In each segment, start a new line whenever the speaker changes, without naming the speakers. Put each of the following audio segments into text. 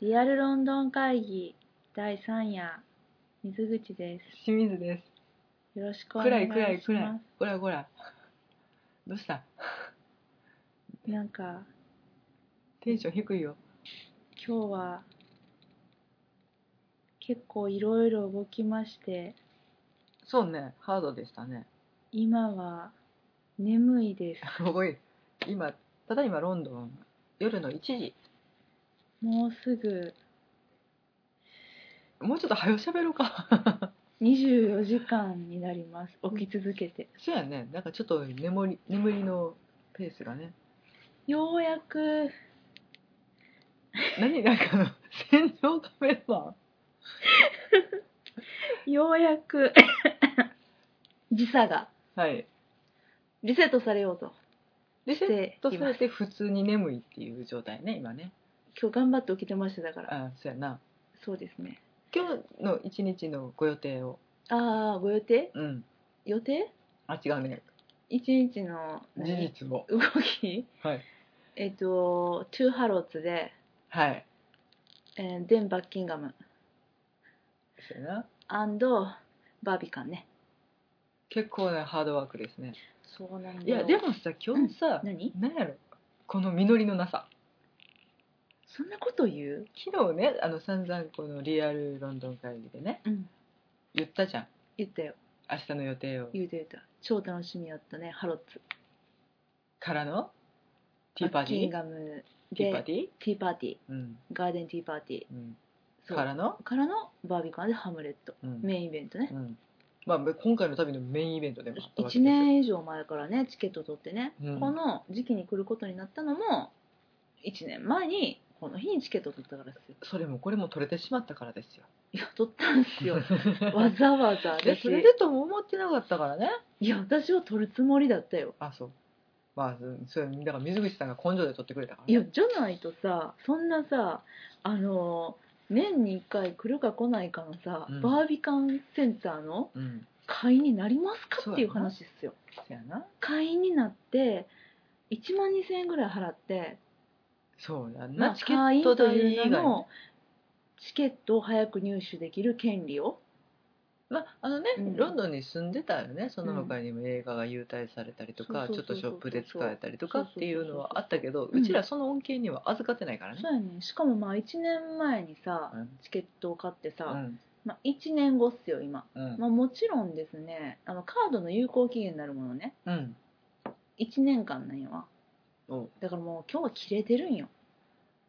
リアルロンドン会議第3夜、水口です。
清水です。
よろしくお
暗
願いします。
い暗い暗い。こらこら。どうした
なんか、
テンション低いよ。
今日は、結構いろいろ動きまして、
そうね、ハードでしたね。
今は眠いです。
すごい。今、ただいまロンドン、夜の1時。
もうすぐ
もうちょっと早しゃべろうか。
24時間になります。起き続けて。
そうやね、なんかちょっと眠り眠りのペースが ね。
ようやく、
何なんかあの、戦場カメラマン
ようや く、時差が
はい。
リセットされようと。
リセット
してい
さ
ます
れて普通に眠いっていう状態ね、今ね。
今日頑張って起きてましただから。
あそうやな。
そうですね。
今日の一日のご予定を。
ああ、ご予定
うん。
予定
あ、違うね。
一日の
事
何
実を。
動き
はい。
えっとトゥーハロッツで、
はい。
えーデン・バッキンガム
そうやな。
バービカンね
結構ねハードワークですね
そうなんだ
いやでもさ今日さ、
何
なんやろこの実りのなさ
そんなこと言う
昨日ねあの散々このリアルロンドン会議でね
うん
言ったじゃん
言ったよ
明日の予定を
言うて言った超楽しみやったねハロッツ
からのティーパ
バ
ーテ
ッキ
ィ
ン
ー
ガム
ティーパー
で
ティー
ティーパーティー
うん
ガーデンティーパーティー
うん
そう
からの
からのバービカンでハムレット
うん、
メインイベントね
うんまあ今回の旅のメインイベントでもあったわけ
1年以上前からねチケット取ってね、
うん
この時期に来ることになったのも1年前にこの日にチケット取ったからですよ
それもこれも取れてしまったからですよ
いや取ったん すよわざわざ
で
私
それでとも思ってなかったからね
いや私は取るつもりだったよ
あそうまあそれだから水口さんが根性で取ってくれたから
いやじゃないとさそんなさあの年に1回来るか来ないかのさ、
うん
バービカンセンターの
うん
会員になりますか
そ
っ
うやな
ていう話っすよ
そやな
会員になって1万2000円ぐらい払って、
そうやん
ま
な、
あ、
チケットという
会員
以外に
という名のチケットを早く入手できる権利を
まああのね、
うん
ロンドンに住んでたらねその他にも映画が優待されたりとか、
そうそうそ
ちょっ
う
と
そう
ショップで使えたりとかっていうのはあったけどう
そうそうそうそう
ちらその恩恵には預かってないからね
そ、うやねしかもまあ1年前にさ、
うん
チケットを買ってさ、
うん
まあ、1年後っすよ今
うん
まあ、もちろんですねあのカードの有効期限になるものね
うん
1年間なんやわ
お
だからもう今日は切れてるんよ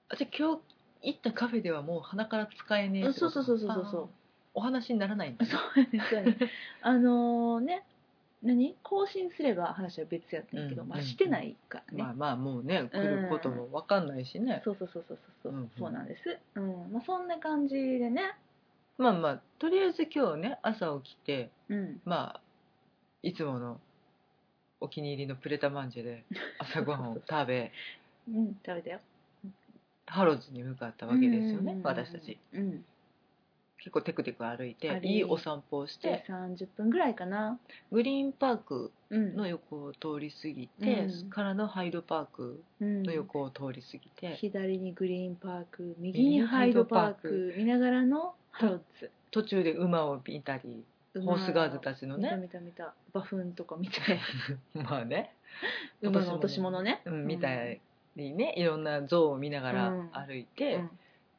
あじゃあ今日行ったカフェではもう鼻から使えねえ
あそうそうそうそうそうそう
お話にならないん
そ
だ
うやね そうやねあのね何更新すれば話は別やったんやけど、
うん
まあ、してないからね、
まあまあもうね来ることも分かんないしね、
そうそうそうそうそうそう,、
うんうん
そうなんです、うんまあ、そんな感じでね、
まあまあとりあえず今日ね朝起きて、
うん、
まあいつものお気に入りのプレタマンジェで朝ごはんを食 べ
うん、食べたよ
ハローズに向かったわけですよ
う
ね
ん
私たち
うん
結構テクテク歩いて
歩いて
いいお散歩をし
で
て
30分ぐらいかな
グリーンパーク
うん
の横を通り過ぎて、
うん
からのハイドパーク
うん
の横を通り過ぎて、
左にグリーンパーク右にハイドパーク見ながらのハロッツ
途中で馬を見たりホースガーズたちの
見た
ね
見た見た馬糞とか見て
まあね
馬の落とし物ね、
うん、見たりねいろんな像を見ながら
うん
歩いうて、
ん、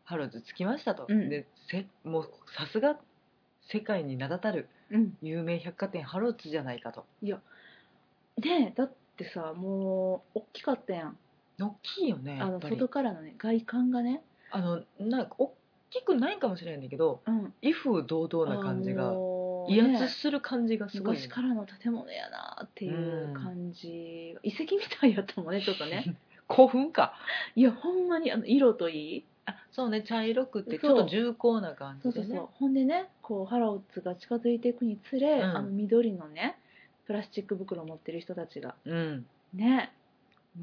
ハローズ着きましたと、
うん
でせもうさすが世界に名だたる
うん
有名百貨店ハローズじゃないかと
ねえだってさもう大きかったやん
大きいよね
あ
や
の
っぱり
外からのね外観がね、
あのなんか大きくないかもしれないんだけど
うん、
威風堂々な感じが、
もう
威
ね
圧する感じがすごいよね、
昔からの建物やなっていううん感じ、遺跡みたいやったもんねちょっと ね
興奮か
いやほんまにあの色といい
あそうね茶色くてち
そう
ょっと重厚な感
そう
じ
そ
で
う
ね
そう、ほんでねこうハロッツが近づいていくにつれ、
うん
あの緑のねプラスチック袋持ってる人たちが
うん
ね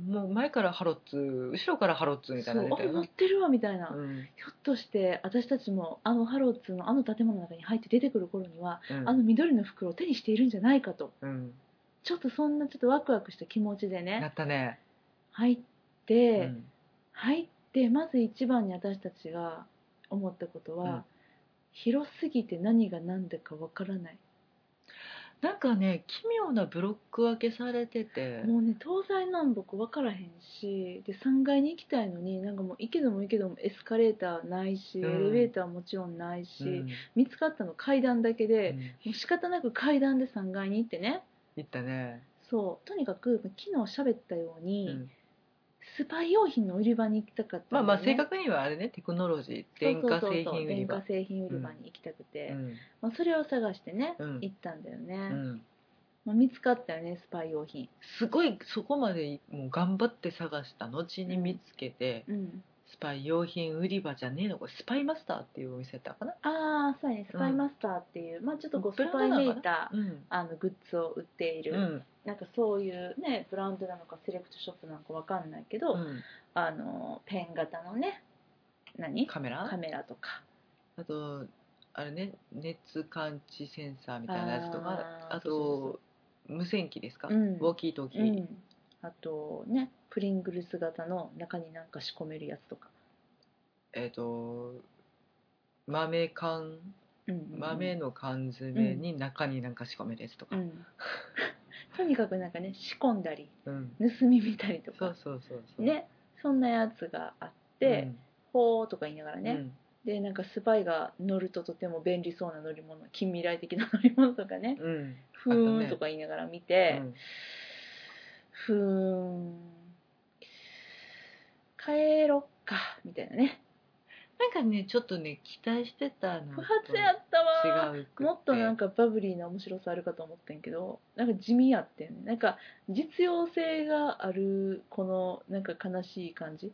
もう前からハロッズ後ろからハロッズみたいな
そ
の出
う
た
あ
よ
持
な
ってるわみたいな、
うん
ひょっとして私たちもあのハロッツのあの建物の中に入って出てくる頃には、
うん
あの緑の袋を手にしているんじゃないかと
うん
ちょっとそんなちょっとワクワクした気持ちで
な
ね
ったね、
入っ
う
て、
ん
入っでまず一番に私たちが思ったことは、
うん
広すぎて何が何だかわからない、
なんかね奇妙なブロック分けされてて
もうね東西南北わからへんしで3階に行きたいのになんかもう行けども行けどもエスカレーターないし、
うん
エレベーターもちろんないし、
うん
見つかったの階段だけで、
うん
もう仕方なく階段で3階に行ってね
行ったね、
そうとにかく昨日喋ったように、
うん
スパイ用品の売り場に行きたかった
まあ
ん
ま
だよ
あ正確にはあれねテクノロジー電
そう
化製
そうそうそ
品
う
売り場
電化製品売り場に行きたくて、
うん
まあ、それを探してね、
うん
行ったんだよね、
うん
まあ、見つかったよねスパイ用品
すごいそこまでもう頑張って探した後に見つけて、
うん
スパイ用品売り場じゃねえのこれスパイマスターっていうお店だったかな、
ああそうやねスパイマスターっていう、まあちょっとこうス
ブランド
パイ
な
メ
のかな
ーター
うん
あのグッズを売っている、
うん
なんかそういうねブランドなのかセレクトショップなのかわかんないけど、あのペン型のね何
カメラ
カメラとか
あとあれね熱感知センサーみたいなやつとか
あー
あと
そうそうそ
無線機ですか、
うん
ウォーキートーキー、
うん、あとねプリングルス型の中になんか仕込めるやつとか、
えっ、と豆缶
うん
豆の缶詰に中になんか仕込めるやつと
う
か、
ん、 とにかくなんかね仕込んだり
うん
盗み見たりと
そ
か
うそうそうそう
ねそんなやつがあっ
うん
て、ほーとか言いながら
う
ね、
ん
でなんかスパイが乗るととても便利そうな乗り物近未来的な乗り物とかね、
うん
ふーんとか言いながら見て、
うん
ふーん帰ろっかみたいなね
なんかねちょっとね期待してたの
不発やったわー
違うくて
もっとなんかバブリーな面白さあるかと思ってんけどなんか地味やってんねなんか実用性があるこのなんか悲しい感じ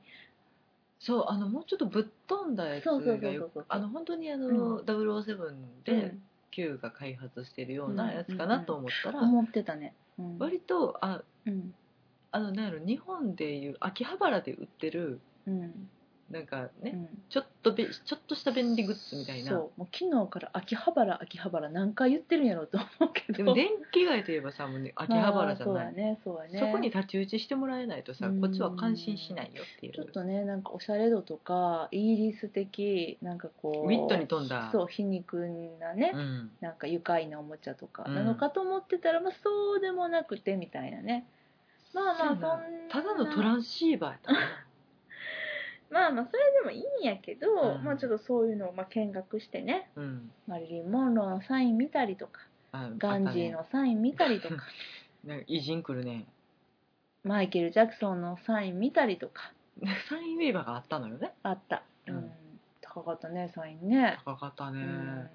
そうあのもうちょっとぶっ飛んだやつ
そうそうそ
が
うそ
よ
うそう
くあの本当にあの、
う
007
う
で
ん
Q が開発してるようなやつかなと思ったら、
思ってたね、うん
割とあ
うん
あのなんやろ日本でいう秋葉原で売ってる
うん
なんか
う
ね、
ん
ちょっとべちょっとした便利グッズみたいな
そうもう昨日から秋葉原秋葉原何回言ってるんやろうと思うけど
でも電気街といえばさもう、ね、秋葉原じゃない
あーそうやねそうやね
そこに立ち打ちしてもらえないとさ
うん
こっちは感心しないよっていう
ちょっとねなんかおしゃれ度とかイギリス的なんかこ
ウ
う
ィットに富んだ
そう皮肉なね、
うん
なんか愉快なおもちゃとか
うん
なのかと思ってたら、まあそうでもなくてみたいなねまあまあそんな
ただのトランシーバー やったな
まあまあそれでもいいんやけど、
うん
まあちょっとそういうのをまあ見学してね
うん
マリリン・モンローのサイン見たりとか
あ
ガンジー
あ
のサイン見たりとか、
ったねなんか偉人来るね
マイケル・ジャクソンのサイン見たりとか
サインウェーバーがあったのよね
あった、う
うんん
高かったねサインね、
高かった
う
ね、
ん、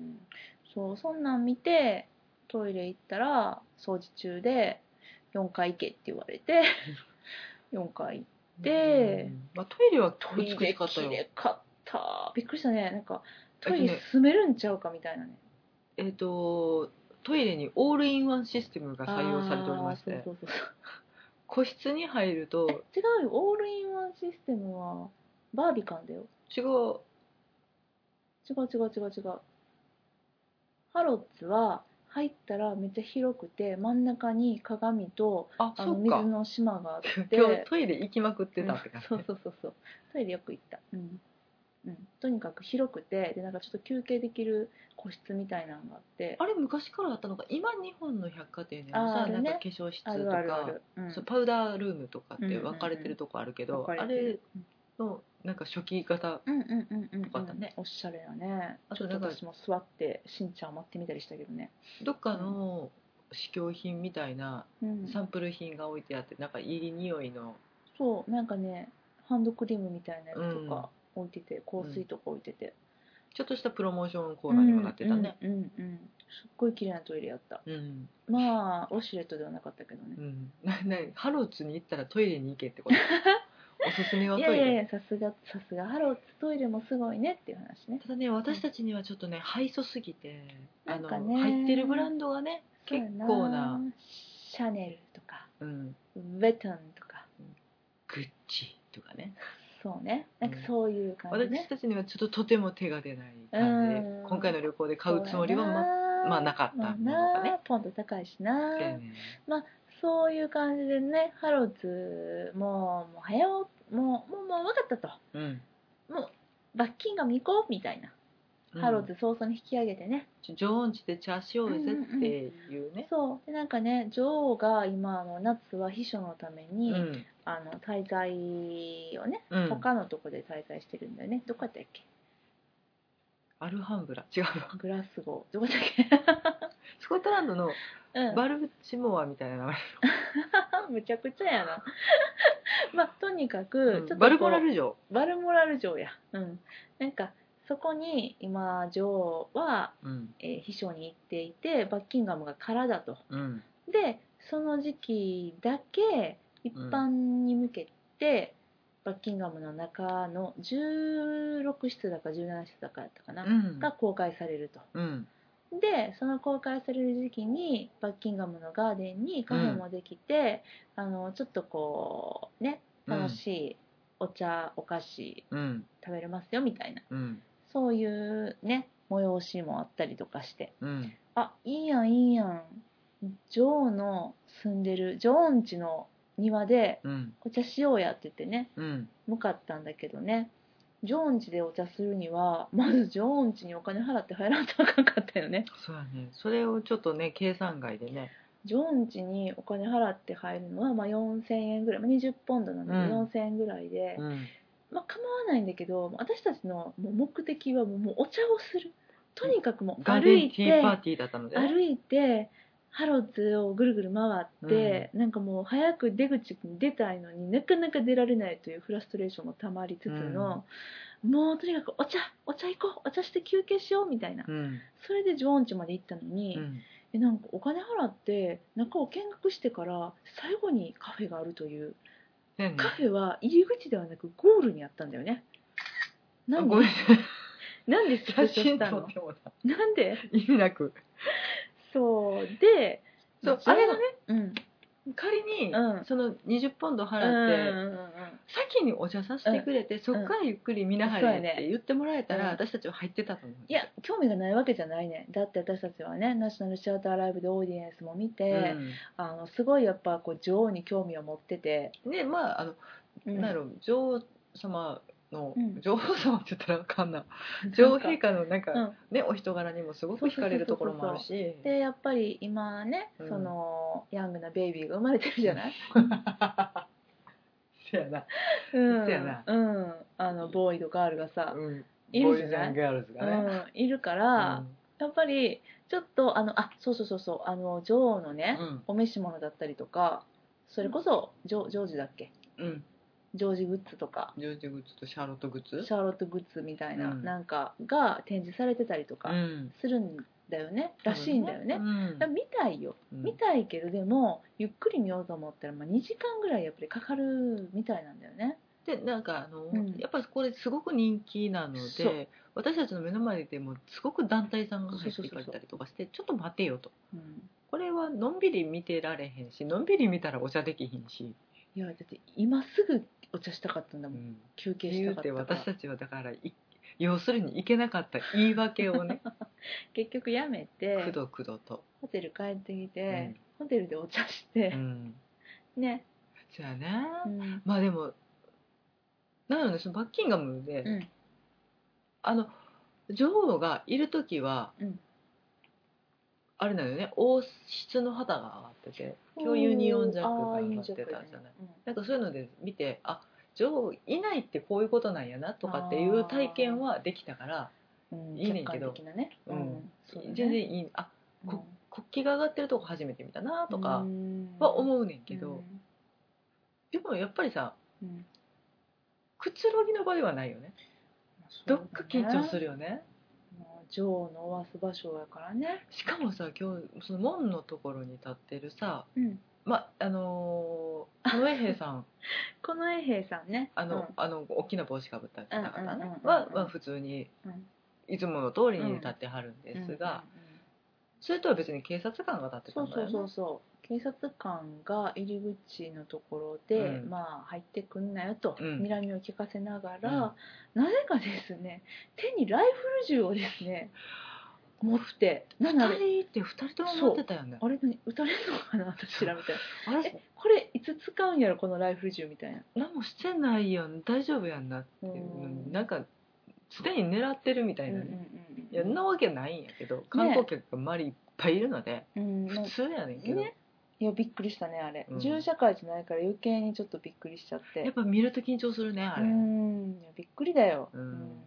そうそんなん見てトイレ行ったら掃除中で4回行けって言われ て4回で
うんまあ、トイレは
トイ
美
レ
しかった
き
よ
れかったびっくりしたねなんかトイ
えっと
レ
ね
住めるんちゃうかみたいなね
えっ、とトイレにオールインワンシステムが採用されておりまして
あーそうそうそう
個室に入る
え
と
違うよオールインワンシステムはバービカンだよ
違う
違う違う違う違うハロッツは入ったらめっちゃ広くて真ん中に鏡と
あ
あの
そう
水
か
の島があって
今日トイレ行きまくってたって感じ、
うんそうそうそうそうトイレよく行ったうん、うん、とにかく広くてでなんかちょっと休憩できる個室みたいなのがあって
あれ昔からあったのか今日本の百貨店でも
あーあ
さ、
る
な
ね
んか化粧室とか
あるあるある、うん、
そうパウダールームとかって分かれてるとこあるけど、
分か
あ
れて
れ
る
のなんか初期型
うんうんうんうんうん
よかったね
おしゃれだね
あ
ちょ
と
っと
なんか
私も座ってしんちゃんを待ってみたりしたけどね、
どっかの試供品みたいな
うん、
サンプル品が置いてあってなんかいい匂いの
そうなんかねハンドクリームみたいなやつとか置いてて、香水とか置いてて、
ちょっとしたプロモーションコ
う
ーナーにもなってたね
んうんうんうんすっごい綺麗なトイレやった
うん、
まあウォシュレットではなかったけどね
うんななハローツに行ったらトイレに行 けってことおすすめはいトイ
や
レ
いやいやさすがさすがハロートイレもすごいねっていう話ね
ただね私たちにはちょっとね敗訴すぎてあ
なん
の
かね
入ってるブランドがね結構な
シャネルとか
うん、
ヴェトンとか
グッチとかね
そうねなんかそういう感じね
私、たちにはちょっととても手が出ない感じで
うん
今回の旅行で買うつもりは
そうや
ままあなかった
まあ
ものがね
なポンと高いしな
せやね
そういう感じでねハローズもうもう早うもうもうもう分かったと
うん
もう罰金が見こうみたいな、
うん
ハローズ早々に引き上げてね
ちょ常温地でチャーしようぜっていうね、
そうでなんかね女王が今あの夏は秘書のため
う
に、
ん
あの滞在をね
うん
他のとこで滞在してるんだよね、どこやったっけ
アルハンブラ違う
グラスゴーどこだ っ
スコットランドの
けうん
バルチモアみたいな名前、
むちゃくちゃやな まあとにかく、ちょっとこう
バルモラル城、
バルモラル城やうんなんかそこに今女王は、
うん
えー秘書に行っていてバッキンガムが空だと
うん、
でその時期だけ一般に向けて、バッキンガムの中の16室だか17室だかやったかな、
うん
が公開されると
うん
でその公開される時期にバッキンガムのガーデンにカフェもできて、あのちょっとこうね
うん
楽しいお茶、お菓子
うん
食べれますよみたいな
うん
そういうね催しもあったりとかして
うん
あいいやんいいやん女王の住んでる女王ん家の庭で
うん
お茶しようやって言ってね
うん
向かったんだけどね女王ん家でお茶するにはまず女王ん家にお金払って入らんとあかんかったよね
そうやねそれをちょっとね計算外でね
ジョンチにお金払って入るのは、まあ、4000円ぐらい、まあ、20ポンドなので
うん
4000円ぐらいで、
うん
まあ構わないんだけど私たちのもう目的はもうもうお茶をするとにかくもう
ガー
歩
デン
い
ティー
て
パーティーだったので
歩いてハロッズをぐるぐる回って、なんかもう早く出口に出たいのになかなか出られないというフラストレーションもたまりつつの、もうとにかくお茶お茶行こうお茶して休憩しようみたいな、
うん
それでジョーンチまで行ったのに。
うん
えなんかお金払って中を見学してから最後にカフェがあるという
そうやね
カフェは入り口ではなくゴールにあったんだよねな
あ
んで
ごめんなさい
なんでスク
写
ショし
真
た
撮っ
の
てもな
なんで
意味なく
そうで
そう
じゃ
あれがね
うん
仮に、
うん
その20ポンド
うん
払って、
うんうん
先にお茶させてくれて、そっからゆっくり見なは
そう
れ
や
っ
ね
て言ってもらえたら、
うん
私たちは入ってたと思う
いや興味がないわけじゃないねだって私たちはねナショナルシアターライブでオーディエンスも見て、あのすごいやっぱこう女王に興味を持ってて、
うん、でまああの、
うん
なんやろう女王様の、
うん
女王様って言ったらあかんな女王陛下のなんか、
うん
ねお人柄にもすごく惹かれるところもあるし
でやっぱり今ね、
うん
そのヤングなベイビーが生まれてるじゃない、
そやな、
うん、
そうやな
うん、あのボーイとガールがさ、
うん、
いるじゃない
ボーイズガールズ
う
がね、
ん、いるから、やっぱりちょっとあのあそうそうそうそうあの女王のね、
うん
お召し物だったりとかそれこそジョジョージだっけ
うんうん、
ジョージグッズとか
ジョージグッズとシャーロットグッズ
シャーロットグッズみたいな、
うん
なんかが展示されてたりとか
うん
するんだよね、らしいんだよね、
うん
だから見たいよ
うん
見たいけどでもゆっくり見ようと思ったら、まあ、2時間ぐらいやっぱりかかるみたいなんだよね
でなんかあの、
うん
やっぱりこれすごく人気なの
そう
で私たちの目の前でもすごく団体さんが入ってい
そ
かれ
うそうそう
た
そう
りとかしてちょっと待てよと
うん
これはのんびり見てられへんしのんびり見たらお茶できひんし、
いやだって今すぐお茶したかったんだ
う
もん、
ん、
休憩し
言
た
う
かってたか
私
ら
たちはだからい要するに行けなかった言い訳をね
結局やめ
く
て
どくどと、
ホテル帰ってきて、ホテルでお茶して
う、ん、
ね、
そやね、
うん
まあでもなのでそのバッキンガムで、
うん
あの女王がいる時は、
うん
あれなのよね王室の旗が上がってて今日ユニオンジャックが上がってたじゃない、なんかそういうので見てあ女王いないってこういうことなんやなとかっていう体験はできたから、
うん、
いいねんけど
客観的なね、
うん
そうだね
全然いいあ
うん
こ国旗が上がってるとこ初めて見たなとかは
う
思うねん
ん
けど、、でもやっぱりさ
うんうん
くつろぎの場ではないよねどっか緊張す
る
るよね
女王のおわす場所やからね、
しかもさ今日その門のところに立ってるさ
うん、
まあのー、ノエヘイさ ん
この衛兵さんね
あの、あの大きな帽子かぶった方々
うんうんうん
ね
うん
はは普通に
うん
いつもの通りに立ってはるん
うん
ですが、、
うんうんうん
それとは別に警察官が立ってた
そうん
だ
そう
よね
そうそう警察官が入り口のところで、
うん
まあ入ってくんなよと、
うん
睨みを聞かせながら、なぜかですね手にライフル銃をですね持って
二
何あれ
人って二人とも持ってたよね
あれ何打たれるのかな私らみたい
あ
な
れ
えこれいつ使うんやろこのライフル銃みたいな
何もしてないやん大丈夫やんなっていうの
うん
になんか常に狙ってるみたいなね、いやんなわけないんやけど観光客が周りいっぱいいるので、
うんなん
普
か
通やねんけど、
ねいやびっくりしたねあれ、
うん
銃社会じゃないから余計にちょっとびっくりしちゃって
やっぱ見ると緊張するねあれ、
う
ま
んいやびっくりだよ、
うん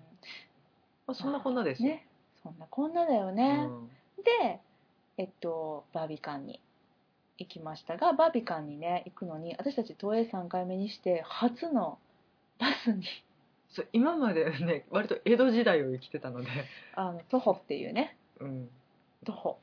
あ、そんなこんなですよ、
ねそんなこんなだよ
う
ね、
ん
でえっとバービカンに行きましたがバービカンにね行くのに私たち東映3回目にして初のバスに
そう今までね割と江戸時代を生きてたので、
あの徒歩っていうね
うん、
徒歩、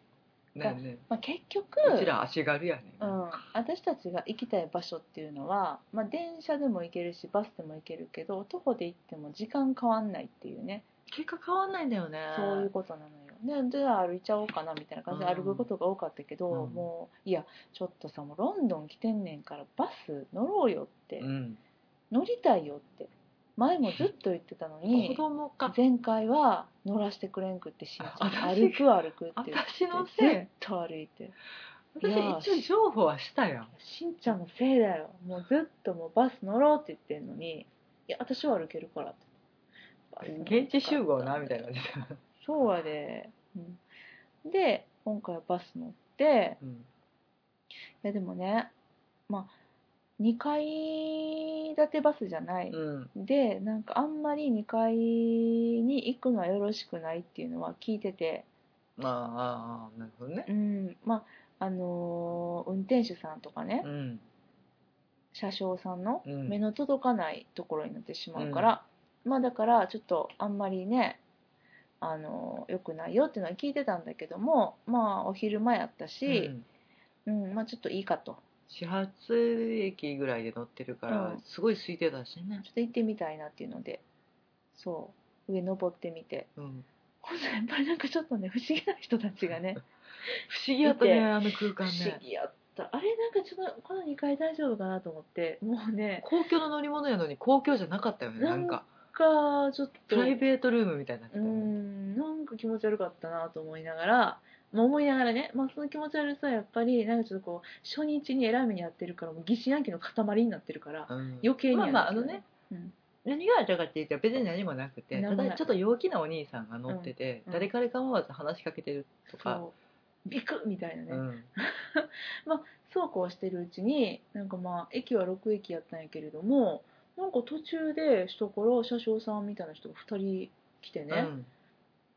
ねね
まあ、結局
うちら足軽やねん、
うん、私たちが行きたい場所っていうのは、まあ、電車でも行けるしバスでも行けるけど徒歩で行っても時間変わんないっていうね
結果変わんないんだよね
そういうことなのよでじゃあ歩いちゃおうかなみたいな感じで
うん
歩くことが多かったけど、
うん
もういやちょっとさもうロンドン来てんねんからバス乗ろうよって、
うん、
乗りたいよって前もずっと言ってたの
子
に
供か
前回は乗らせてくれんくってしんちゃん
あ
歩く歩くって
私のせ
言っ
い
てずっと歩いていや
私一応譲歩はしたやん
しんちゃんのせいだよもうずっともうバス乗ろうって言ってんのにいや私は歩けるからってバス乗らん
現地集合なみたいな感じで、
そうやで、うん、で今回はバス乗って
うん
いやでもねまあ2階建てバスじゃない、
うん、
でなんかあんまり2階に行くのはよろしくないっていうのは聞いてて
まあああなるほどね
うんまああのー運転手さんとかね、
うん
車掌さんの
うん
目の届かないところになってしまうから、まあだからちょっとあんまりねあの良くないよっていうのは聞いてたんだけどもまあお昼前やった
う
し、う
ん
んまあちょっといいかと
始発駅ぐらいで乗ってるから、
うん
すごい空いてたしね
ちょ、っと行ってみたいなっていうのでそう上登ってみて
うん、
ほんとやっぱりなんかちょっとね不思議な人たちがね
不思議やったね
見て
あの空
不
間
思
ね
議やったあれなんかちょっとこの2階大丈夫かなと思ってもうね
公共の乗り物やのに公共じゃなかったよねなん
な
か
がちょっと
プライベートルームみたいになって
う
たよね
んなんか気持ち悪かったなと思いながら、まあ、思いながらね、まあ、その気持ち悪さはやっぱりなんかちょっとこう初日に偉い目にやってるからもう疑心暗鬼の塊になってるから
うん
余計に
ま
や
あ
るん
まあ
ですよ
あのね、
うん
何があったかって言ったら別に何もなくて
何も
た
ない
だちょっと陽気なお兄さんが乗ってて、
うん
誰彼構わず話しかけてるとか
そうビクッみたいなね、
うん
そうこうしてるうちになんかまあ駅は6駅やったんやけれどもなんか途中で人から車掌さんみたいな人が2人来てね、
うん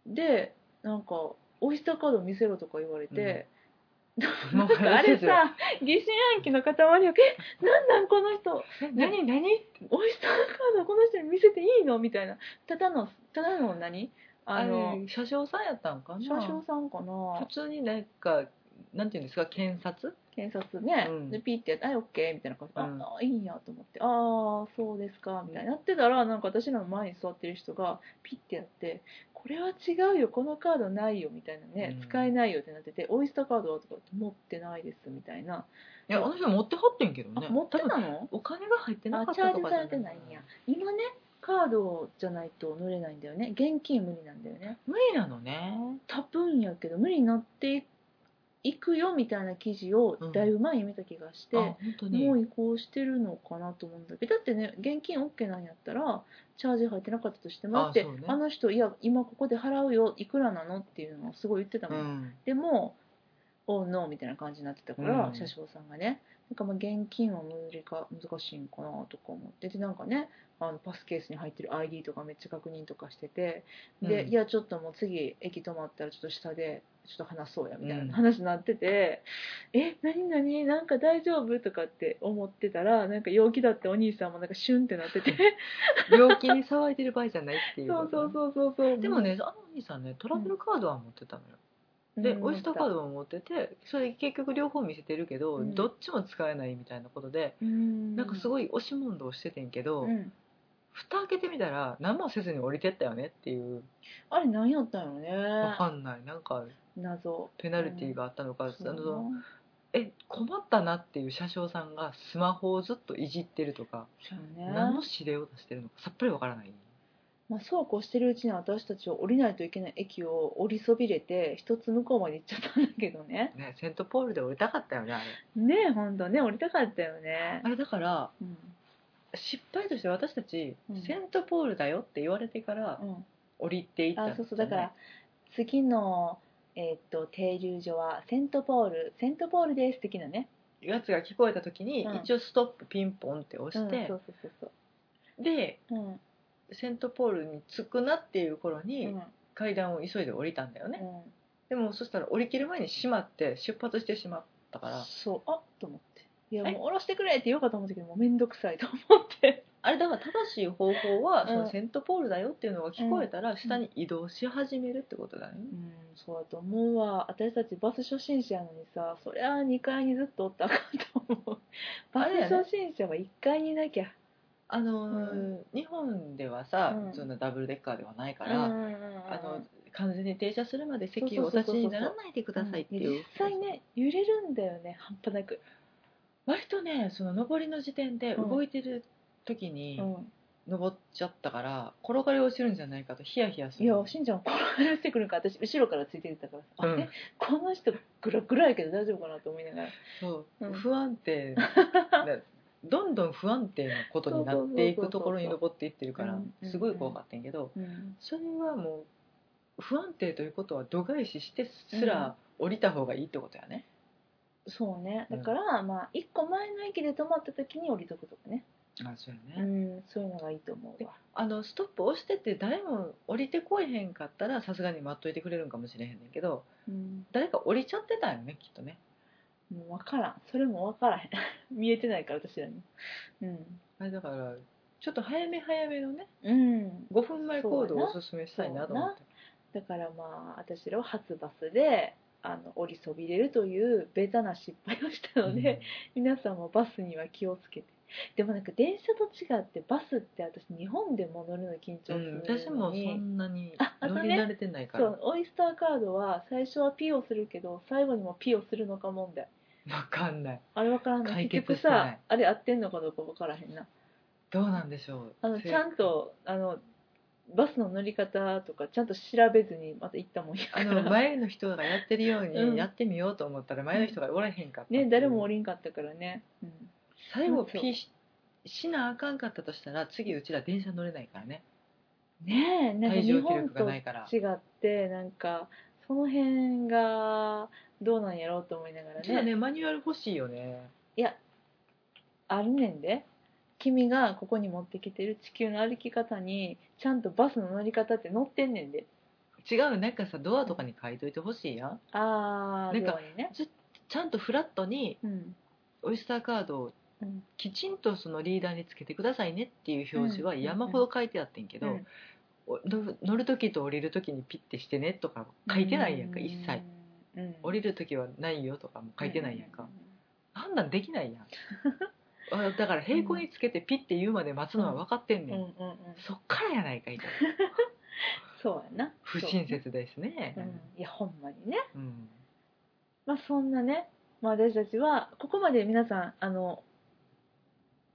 でなんかオイスターカード見せろとか言われて、 な
もう
んかあれさ疑心暗鬼の塊よえなんなんこの人
え何何
オイスターカードこの人に見せていいのみたいなただのただの何あ
あ
の
の車掌さんやったんかな
車掌さんかな
普通になんかなんていうんですか検察
検察ね、
うん
でピッてやって「はいオッケー」みたいな感じで「
うん
ああいいんや」と思って「ああそうですか」みたいなやってたらなんか私らの前に座ってる人がピッてやって「これは違うよこのカードないよ」みたいなね、
うん
使えないよってなってて「オイスターカードは?」とかって「持ってないです」みたいな、
いやあの人持ってはってんけど
あ
ね
持って
多分
たの
お金が入ってな
あ
かっ
チャ
た
ー
と
ジ
か
されてないんや今ねカードじゃないと乗れないんだよね現金無理なんだよね
無理なのね
多分やけど無理になっていくよみたいな記事をだいぶ前に見た気がして、
あ本当に
もう移行してるのかなと思うんだけどだってね現金 OK なんやったらチャージ入ってなかったとしても
あ
だってあ,、
そうね
の人いや今ここで払うよいくらなのっていうのをすごい言ってた
う
もん、
ん
でも「おうノー」みたいな感じになってたから、
うん
車掌さんがねなんかまあ現金は無理か難しいんかなとか思ってでなんかねあのパスケースに入ってる ID とかめっちゃ確認とかしててで、
うん
いやちょっともう次駅止まったらちょっと下でちょっと話そうやみたい
うん
な話になってて「え何何なんか大丈夫?」とかって思ってたらなんか陽気だってお兄さんもなんかシュンってなってて
病気に騒いでる場合じゃないっていう
そ
こ
う
と
そうそうそうそう
でもねあのお兄さんねトラベルカードは持ってたのよ
うん
でオイスターカー
ド
ドも持っててそれ結局両方見せてるけど、
うん
どっちも使えないみたいなことで、なんかす
い、
ごい押し問答をしててんけど、
うん
蓋開けてみたら何もせずに降りてったよねっていう
あれ何やったんや
わ
ろ
か
ね
んないなんか
謎
ペナルティーがあったのか、
そう
あ
だな
のえ困ったなっていう車掌さんがスマホをずっといじってるとか、
そうよね
何の指令を出してるのかさっぱりわからない
まあ、そうこうしてるうちに私たちは降りないといけない駅を降りそびれて一つ向こうまで行っちゃったんだけどね
ねセントポールで降りたかったよねあれ
ねえほんとね降りたかったよね
あ、れだから
うん
失敗として私たち、
うん
セントポールだよって言われてから
うん、
降りていったん
あ
じゃない
そうそうだから次の、えーっと停留所はセントポールセントポールです的なね
やつが聞こえた時に、
うん
一応ストップピンポンって押
う
し
ん
て、
そうそうそうそう
で
うん
セントポールに着くなっていう頃
う
に、
ん
階段を急いで降りたんだよね、
うん
でもそしたら降り切る前に閉まって出発してしまったから
そうあと思っていや
え
もう降ろしてくれって言おうかと思ったけどもう面倒くさいと思って
あれだから正しい方法は、
うん
そのセントポールだよっていうのが聞こえたら下に移動し始めるってことだよね、
うんそうだと思うわ私たちバス初心者やのにさそりゃ2階にずっとおったらあかん と思うバ
あれやね
ス初心者は1階にいなきゃ
あのー
う
日本ではさ、
うん
そのダブルデッカーではないか、
から
あ
あ
の完全に停車するまで席をお立ちにならないでくださいっていう、
実際ね揺れるんだよね半端なく、
割とねその上りの時点で
うん
動いてる時に
うん
登っちゃったから、転がり落ちるんじゃないかとヒヤヒヤする
いやしんちゃん転がしてくるから私後ろからついてったからさ、あ
うん
れこの人グラグラやけど大丈夫かなと思いながら
そう、
うん
不安 定でどんどん不安定なことになっていくところに登っていってるから
うんうん
すごい怖かったんやけど
うん
それはもう不安定ということは度外視してすら降りた方がいいってことやね、
そうね
う
だ
ん
から、まあ1個前の駅で止まった時に降りとくとかね、
あそうやね、
うん、そういうのがいいと思う
で
わ
あのストップ押してって誰も降りてこえへんかったらさすがに待っといてくれるんかもしれへんねんけど
うん
誰か降りちゃってたよねきっとね
もう分からんそれも分からへん 見えてないから私らにうん
あれだからちょっと早め早めのね
うん
5分前行動をおすすめしたいなと思って
だからまあ私らは初バスであの降りそびれるというベタな失敗をしたので、皆さんもバスには気をつけてでもなんか電車と違ってバスって私日本でも乗るの緊張する
うん、
のに、
私もそんなに
ああと
乗り
ね
慣れてないか
そ
ら
うオイスターカードは最初はピをするけど最後にもピをするのか問題
わかんない
あれわからんな
解
い結
決
局
してない
さあれ合ってんのかどうかわからへんな
どうなんでしょう
あの
正
ちゃんとあのバスの乗り方とかちゃんと調べずにまた行ったもんやか
あ
ら
の前の人がやってるよう
うん
にやってみようと思ったら前の人がおらへんかったってい う
ね誰も降りんかったからね、うん
最後
そう
P ししなあかんかったとしたら次うちら電車乗れないからね
ねえなんか
体
日
重記
本
録が
と
ないから
違ってなんかその辺がどうなんやろうと思いながら
ただ
ね
ねマニュアル欲しいよね
あるねんで君がここに持ってきてる地球の歩き方にちゃんとバスの乗り方って載ってんねんで
違うなんかさドアとかに書いといてほしいやん
ああ
なんか
ドアにね
ちゃんとフラットに
うん
オイスターカードを
うん
きちんとそのリーダーにつけてくださいねっていう表示は
うんうん
山ほど書いてあってんけど、
うん
おの乗る時と降りる時にピッてしてねとか書いてないやんか一切
うん、うん、
降りる時はないよとかも書いてないやんか、
う
判断できな いやんあだから平行につけてピッて言うまで待つのは分かってん
うん
ね、
うんんうんうん
そっからやないか いと
そうやな
不親切ですね
そう、うん、いやほんまにね
うん
まあそんなね、まあ、私たちはここまで皆さんあの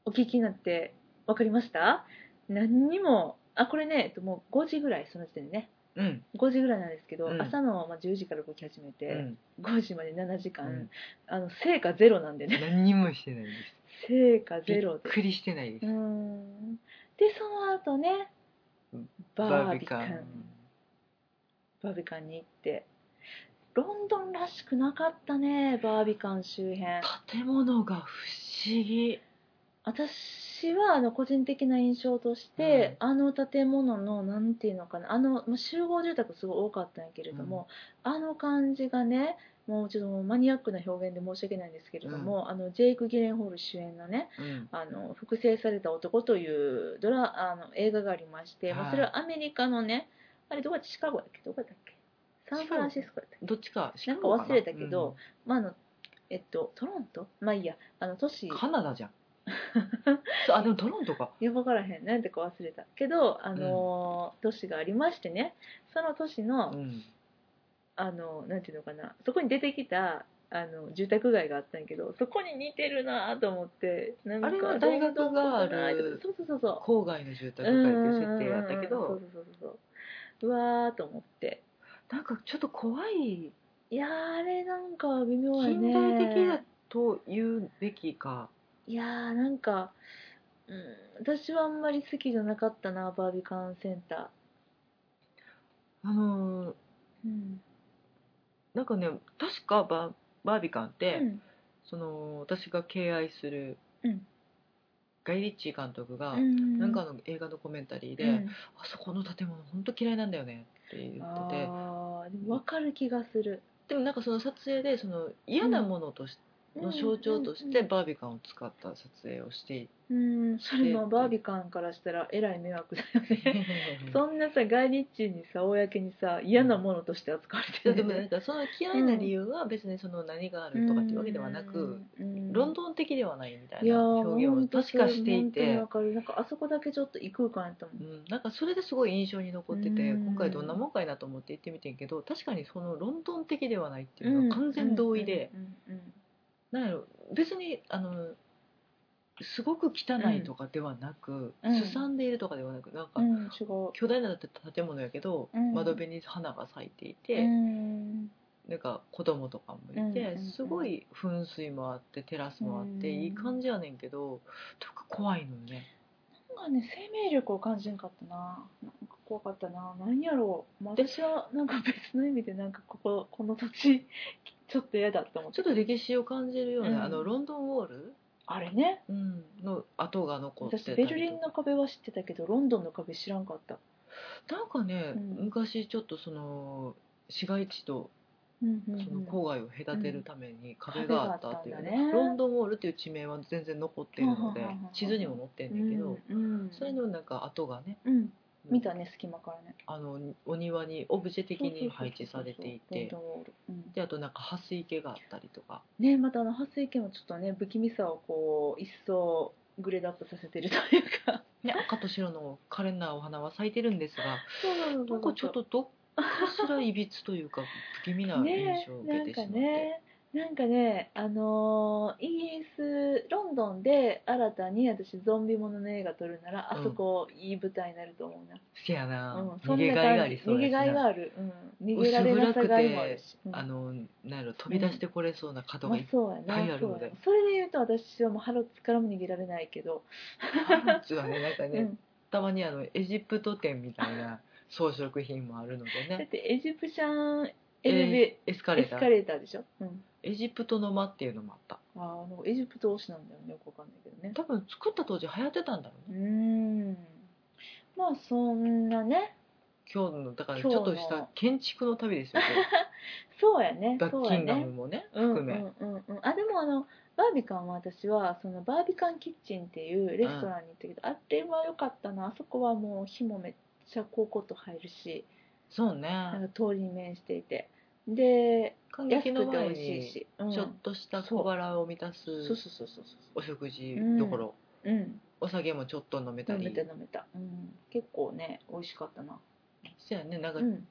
お聞きになって分かりました何にもあこれね、えっと、もう5時ぐらいその時点でね
うん
5時ぐらいなんですけど、
うん
朝のまあ10時から動き始め
う
て、
ん
5時まで7時
う
間、
ん、
あの成果ゼロなん でね
何にもしてないで
成果
すび
ゼ
っ
ロで
くりしてないで
う
す
ーんでその後ね
うん
バービカン
バ
バ
ー
ー
ビ
ビ
カ
カ
ン
ンに行ってロンドンらしくなかったねバービカン周辺
建物が不思議
私はあの個人的な印象として、あの建物のなんていうのかなあのまあ集合住宅すごい多かったんやけれども、あの感じがねもうちょっともうマニアックな表現で申し訳ないんですけれども、あのジェイク・ギレンホール主演のね
うん
「あの複製された男」というドラあの映画がありまして、ま
は
あ、
い
それはアメリカのねあれどこやったシカゴやっけどこやったっけサンフランシスコやったっけ
どっちかシカ
なんか
ゴ
忘れたけど、、まああのえっとトロントまあいいやあの都市
うんカナダ じゃんそうあでもトロントか
よくわからへんなんてか忘れたけど、あのー都市がありましてねその都市の、
うん
あのーなんていうのかなそこに出てきたあの住宅街があったんやけどそこに似てるなと思ってなんか
あれは大学がある
どんどんこうなとかそうそうそうそう
郊外の住宅
う
街って
ん
いううん設定やったけ
うんうん
ど
そうそうそうそううわーと思って
なんかちょっと怖い
いやーあれなんか微妙やね
近代的だと言うべきか
いやーなんか、うん、私はあんまり好きじゃなかったなバービーカンセンタ
あのー
ーうん、
なんかね確かババービカン
う
って、
ん
その私が敬愛する
うん
ガイ・リッチー監督が、
うん、
なんかの映画のコメンタリーで、
うん
あそこの建物本当嫌いなんだよねって言ってて
あーでも分かる気がする
でもなんかその撮影でその嫌なものとし、の象徴としてバービカンを使った撮影をしてい
うん、うんうんそれもバービーカンからしたらえらい迷惑だよ
て
ね そんなさガイリッチーにさ公にさ嫌なものとして扱わ
いや
れて
で
る
も
よ
なん
ね
かその嫌いな理由は別にその何があるとかっていうわけではなく、
うん、
ロンドン的ではないみたい
いや
な
ー
表現を確かしていて
本当それ本当にわ、かるなんかあそこだけちょっと異空間やったもん
うん、なんかそれですごい印象に残ってて、
うん
今回どんなもんかいなと思って行ってみてんけど確かにそのロンドン的ではないっていうのは完全同意で、
うんうんうん
なんやろ別にあのすごく汚いとかではなく、
うん
すさんでいるとかではなくなんか、
うん、うん違う
巨大な建物やけど、
うん
窓辺に花が咲いていて、
うん
なんか子供とかもいて、
うんうんうん
すごい噴水もあってテラスもあって、
うん
いい感じやねんけどとか怖いのよね
なんかね生命力を感じんかったななんか怖かったな何やろう、まあ私はなんか別の意味でなんかこここの土地 ちょっと嫌だったもん
ちょっと歴史を感じるような、
うん
あのロンドンウォール、
あれね
うん、の跡が残ってた
私
り
ベ
とか
ルリンの壁は知ってたけどロンドンの壁知らんかった、
なんかね、
うん
昔ちょっとその市街地と
うんうん
そ
うん
の郊外を隔てるために壁があったっていう、
壁があったんだね
ロンドンウォールっていう地名は全然残ってるので
はははは
地図にも載ってんだけど、
うんうん
それのなんか跡がね
うん見たね隙間からね
あのお庭にオブジェ的に配置されていて
そうそうそうそうロンドンウォールうん
であとなんか蓮池があったりとか
ねまたあの蓮池もちょっとね不気味さをこう一層グレードアップさせてるというか
ね赤と白の可憐なお花は咲いてるんですが
そうなの
なんかちょっとど っかしらいびつというか不気味な
ね
印象を受けてしまっ
なん
て、
かねなんかねあのーイギリスロンドンで新たに私ゾンビものの映画撮るなら、
うん
あそこいい舞台になると思うな、
せやな、
うん、
逃げがいがありそう
逃げ
や
が
し
いが
な
ある、うん、逃げられなさがいもあるし、うん
あのなんやろ飛び出してこれそうな角
ま
が
あ
いっ
そうや
ぱいあ
な
る
そ
の
う
で
やなそれで言うと私はもうハロツからも逃げられないけど、
ぱいあるっつうのはねなんかね、
うん、
たまにあのエジプト店みたいな装飾品もあるので
だっ
ね
てエジプシャン エレベ、
えーエスカレ
エ
ー
ス
タ
カ
ー
レーターでしょ、うん、
エジプトの間っていうのもあった
あーあのエジプト推しなんだよねよくわかんないけどね
多分作った当時流行ってたんだろう
う
ね、
ーんまあそんなね
今日のだからち
今日
ょ
の
っとした建築の旅ですよこ
そうやね
れ バ
そ
ッ
う
キ
や
ンガム
ね
もね
うんう
含
ん
め、
うんうんあでもあのバービカンは私はそのバービカンキッチンっていうレストランに行ったけど、あれは良かったなあそこはもう火もめっちゃこうこと入るし
そう
なん
ね
か通りに面していてで
感
安く
激の
て
前
美味しい
に
し、うん、
ちょっとした小腹を満たす
そうそうそうそうそ
お食事どころ、
ううん
お酒もちょっと飲めた
飲め
り
た飲めた、うん、結構ね美味しかったな、
そうやねなんか、
うん、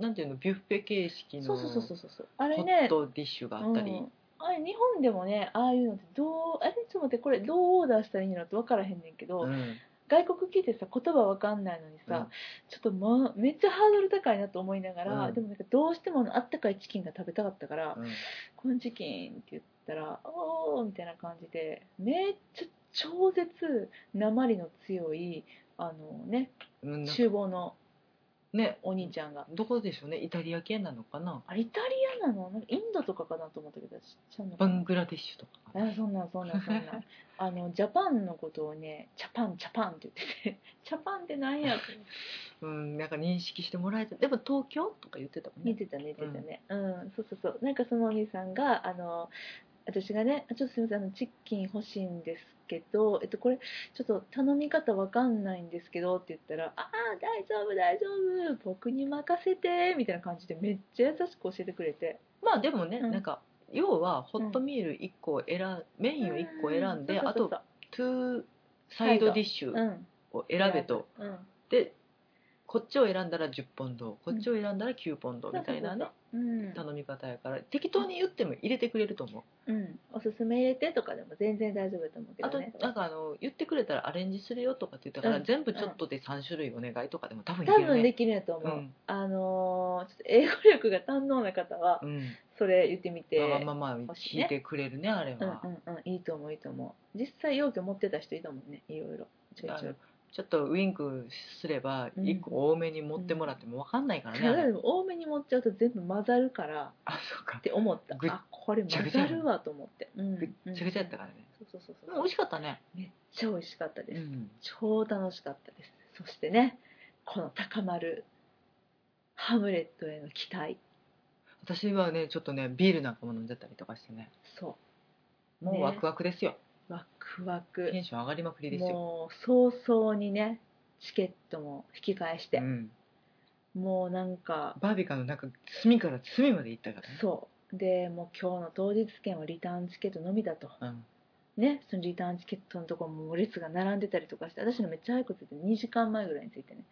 なんていうのビュッフェ形式の
そうそうそうそう
ホ
そうそうあれ
ッ
ね
トディッシュがあったり、
うんあれ日本でもねああいうのってどうあれちょっと待ってこれどうオーダーしたらいいのって分からへんねんけど、
うん
外国来てさ言葉分かんないのにさ、
うん
ちょっと、ま、めっちゃハードル高いなと思いながら、
うん
でもなんかどうしてもあのあったかいチキンが食べたかったから「
うん
このチキン」って言ったら「おー」みたいな感じでめっちゃ超絶鉛の強いあのね
うんなんか
厨房の
ね
お兄ちゃんが。
どこでしょうねイタリア系なのかな
あれイタリアなのなんかインドとかかなと思ったけど私ちゃうのか
バ
な
ングラディッシュとか
あそんなんそんなんそんなん あのジャパンのことをね「チャパンチャパン」って言って て「チャパンってなんや?」って
うんなんか認識してもらえてでも東京とか言ってたもん
似
ね
てたね似てたねうん、そうそうそうなんかそのお兄さんがあの私がね「あちょっとすみませんあのチキン欲しいんですけど、えっと、これちょっと頼み方わかんないんですけど」って言ったら「ああ大丈夫大丈夫僕に任せて」みたいな感じでめっちゃ優しく教えてくれて
まあでもね、
うん
なんか要はホットミール1個選、ん、メインを1個選んで、
う
あ
そうそ
と
う
トゥーサイドディッシュ
そううん
を選べと、
うん
でこっちを選んだら10ポンドこっちを選んだら9ポンドみたいなね、
うん
頼み方やから適当に言っても入れてくれると思う
うん、おすすめ入れてとかでも全然大丈夫だと思うけ
あ
ど
と
ね
なんかあの言ってくれたらアレンジするよとかって言ったから、
うん
全部ちょっとで3種類お願いとかでも多分いけ
多
る
分
ね
できるんやと思う、
うん
あのーちょっと英語力が堪能な方は
うん
それ言ってみて、
わがまま聞いてくれるねあれ
うん
は、
うんうんいいと思ういいと思う実際容器持ってた人いたもんねいろいろちょい
あ
ちょ
の
い
ちょっとウインクすれば
うん
1個多めに持ってもらっても分かんないからね、あ
ただ
れ
でも多めに持っちゃうと全部混ざるから
あそうか
って思った
ぐっ
あこれ混ざるわと思ってうん
ぐっちゃぐちゃやったからね、
そうそうそう
で
そう
も美味しかったね、
めっちゃ美味しかったです、
うん
超楽しかったですそしてねこの高まるハムレットへの期待
私はねちょっとねビールなんかも飲んじゃったりとかしてね
そ
も
ね
うワクワクですよ、
うワクワク
テンション上がりまくりですよ、
もう早々にねチケットも引き返して
う、ん、
もうなんか
バービカのなんか隅から隅まで行ったからね
そうでもう今日の当日券はリターンチケットのみだと
うん、
ねそのリターンチケットのとこも列が並んでたりとかして私のめっちゃ早く着いて2時間前ぐらいに着いてね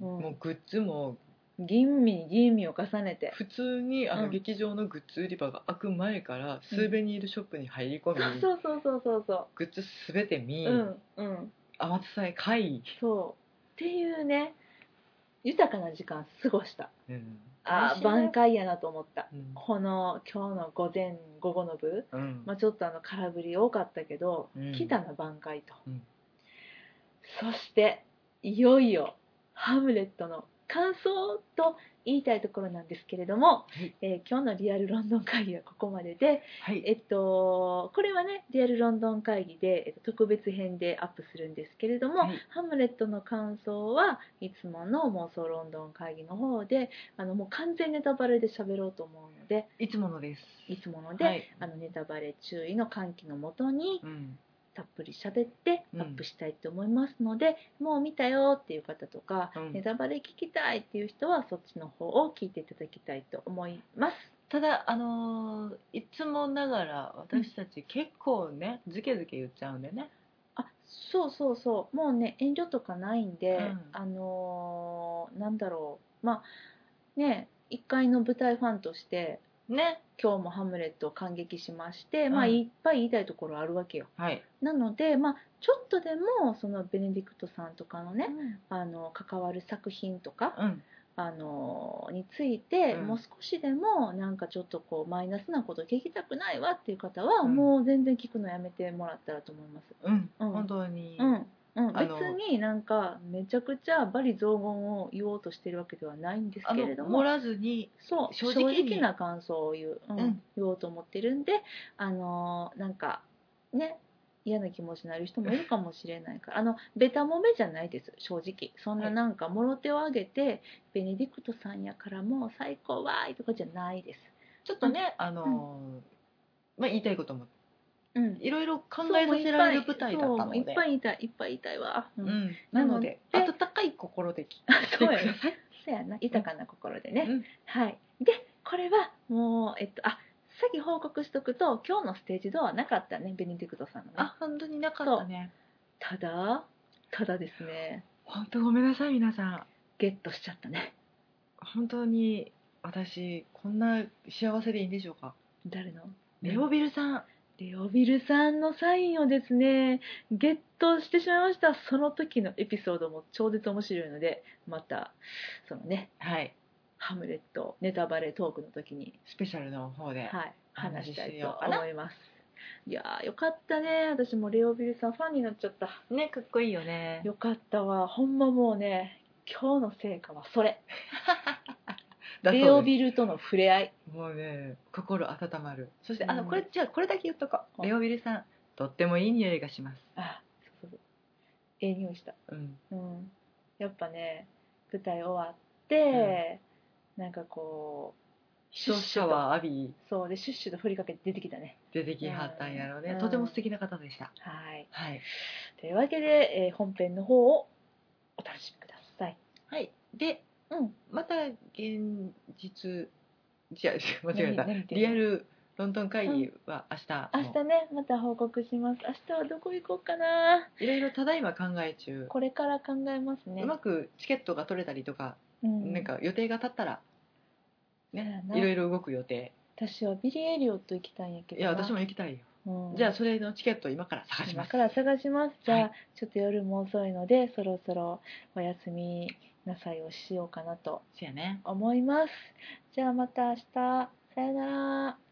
うん
うん
もうグッズも
吟味に吟味を重ねて
普通にあ
う
の
ん
劇場のグッズ売り場が開く前からスーベニールショップに入り込
そう
み、
そうそうそうそうそ
グッズすべて見、
ううんうん
甘津さえ買い、
そうっていうね豊かな時間過ごした
うん、
あー挽回やなと思った
うん
この今日の午前午後の部、
うん
まあ、ちょっとあの空振り多かったけど、
うん
来たな挽回と、
うん
そしていよいよ「ハムレット」の感想と言いたいところなんですけれども、
はい
えー今日のリアルロンドン会議はここまでで、
はい
えっと、これはねリアルロンドン会議で、えっと、特別編でアップするんですけれども、
はい
ハムレットの感想はいつもの妄想ロンドン会議の方であのもう完全ネタバレで喋ろうと思うので
いつものです
いつもので、
はい
あのネタバレ注意の喚起のもとに
うん
たっぷり喋って
う
ア
ん
ップしたいと思いますので、もう見たよっていう方とか、
うん
ネタバレ聞きたいっていう人はそっちの方を聞いていただきたいと思います。
ただあのーいつもながら私たち結構ねズケズケ言っちゃうんでね
あそうそうそうもうね遠慮とかないんで、
うん
あのーなんだろうまあね一回の舞台ファンとして
ね
今日も「ハムレット」を感激しまして、まあ、
うん
いっぱい言いたいところあるわけよ。
はい、
なので、まあ、ちょっとでもそのベネディクトさんとかのね、あの関わる作品とか、
うん
あのについて、
うん
もう少しでもなんかちょっとこうマイナスなこと聞きたくないわっていう方は、
うん
もう全然聞くのやめてもらったらと思います。
うん
うん
本当に、
うんうん、
あ
別
の
になんかめちゃくちゃ罵詈雑言を言おうとしてるわけではないんです
あ
けれど
の
も
盛らずに
そう正
正
直
直に
な感想を言う、うん
うん
言おうと思ってるんであのーなんかね嫌な気持ちになる人もいるかもしれないからあのベタもめじゃないです正直そんな
はい
なんかもろ手を挙げて、ベネディクトさんやからもう最高わーいとかじゃないです、
ちょっとね、あのーまあ言いたいことも
うん、
いろいろ考えさせられる舞台だったの
そういっ
で
ぱい言いたいいっぱい言いたいわ、う
うんん、
な
な
の
の
で
で温かい心で聞いて
そ
く
う
だ
や
さ
ね
い
そうやな豊かな心でね、
うん
はいでこれはもうえっとあ先報告しとくと今日のステージドアなかったねベネディクトさんのね
あ本当になかったね
ただただですね
本当ごめんなさい皆さん
ゲットしちゃったね
本当に私こんな幸せでいいんでしょうか
誰の
レオビルさん、
レオビルさんのサインをですねゲットしてしまいましたその時のエピソードも超絶面白いのでまたそのね
はい
ハムレットネタバレトークの時に、
スペシャルの方で、
はい、話
話
したい
し
と
ようかな
思いますいやーよかったね私もレオビルさんファンになっちゃった
ねかっこいいよね
よかったわほんまもうね今日の成果はそれ
だそうです
レオビルとの触れ合い
もうね心温まるそしてあの
うん
これじゃあこれだけ言っとこ
は
う
い
レオビルさんとってもいい匂いがします
あそうそうそうええ匂いした
うん
うん、やっぱね舞台終わって、なんかこうシュッシ
シ
ュ
ャ
と
ワー浴び
そうでシュッシュと振りかけて出てきたね
出てきはったんやろうね、
うん
とても素敵な方でした
はい
はい
というわけで、えー本編の方をお楽しみください
はい、で
うん
また現実じゃあ間違えた
何何言ってんの
リアルロンドン会議は明日、
明日ねまた報告します明日はどこ行こうかない
ろいろただいま考え中、
これから考えますね
うまくチケットが取れたりとか、
うん
なんか予定が立ったらね
そうやない
ろいろ動く予定
私はビリー・エリオット行きたいんやけど
いや私
も、
も行きたいよ、
うん
じゃあそれのチケットを今から探し
今
ます
から探しますじゃあ、
はい
ちょっと夜も遅いのでそろそろお休みなさいをしようかなと
せやね
思いますじゃあまた明日さよなら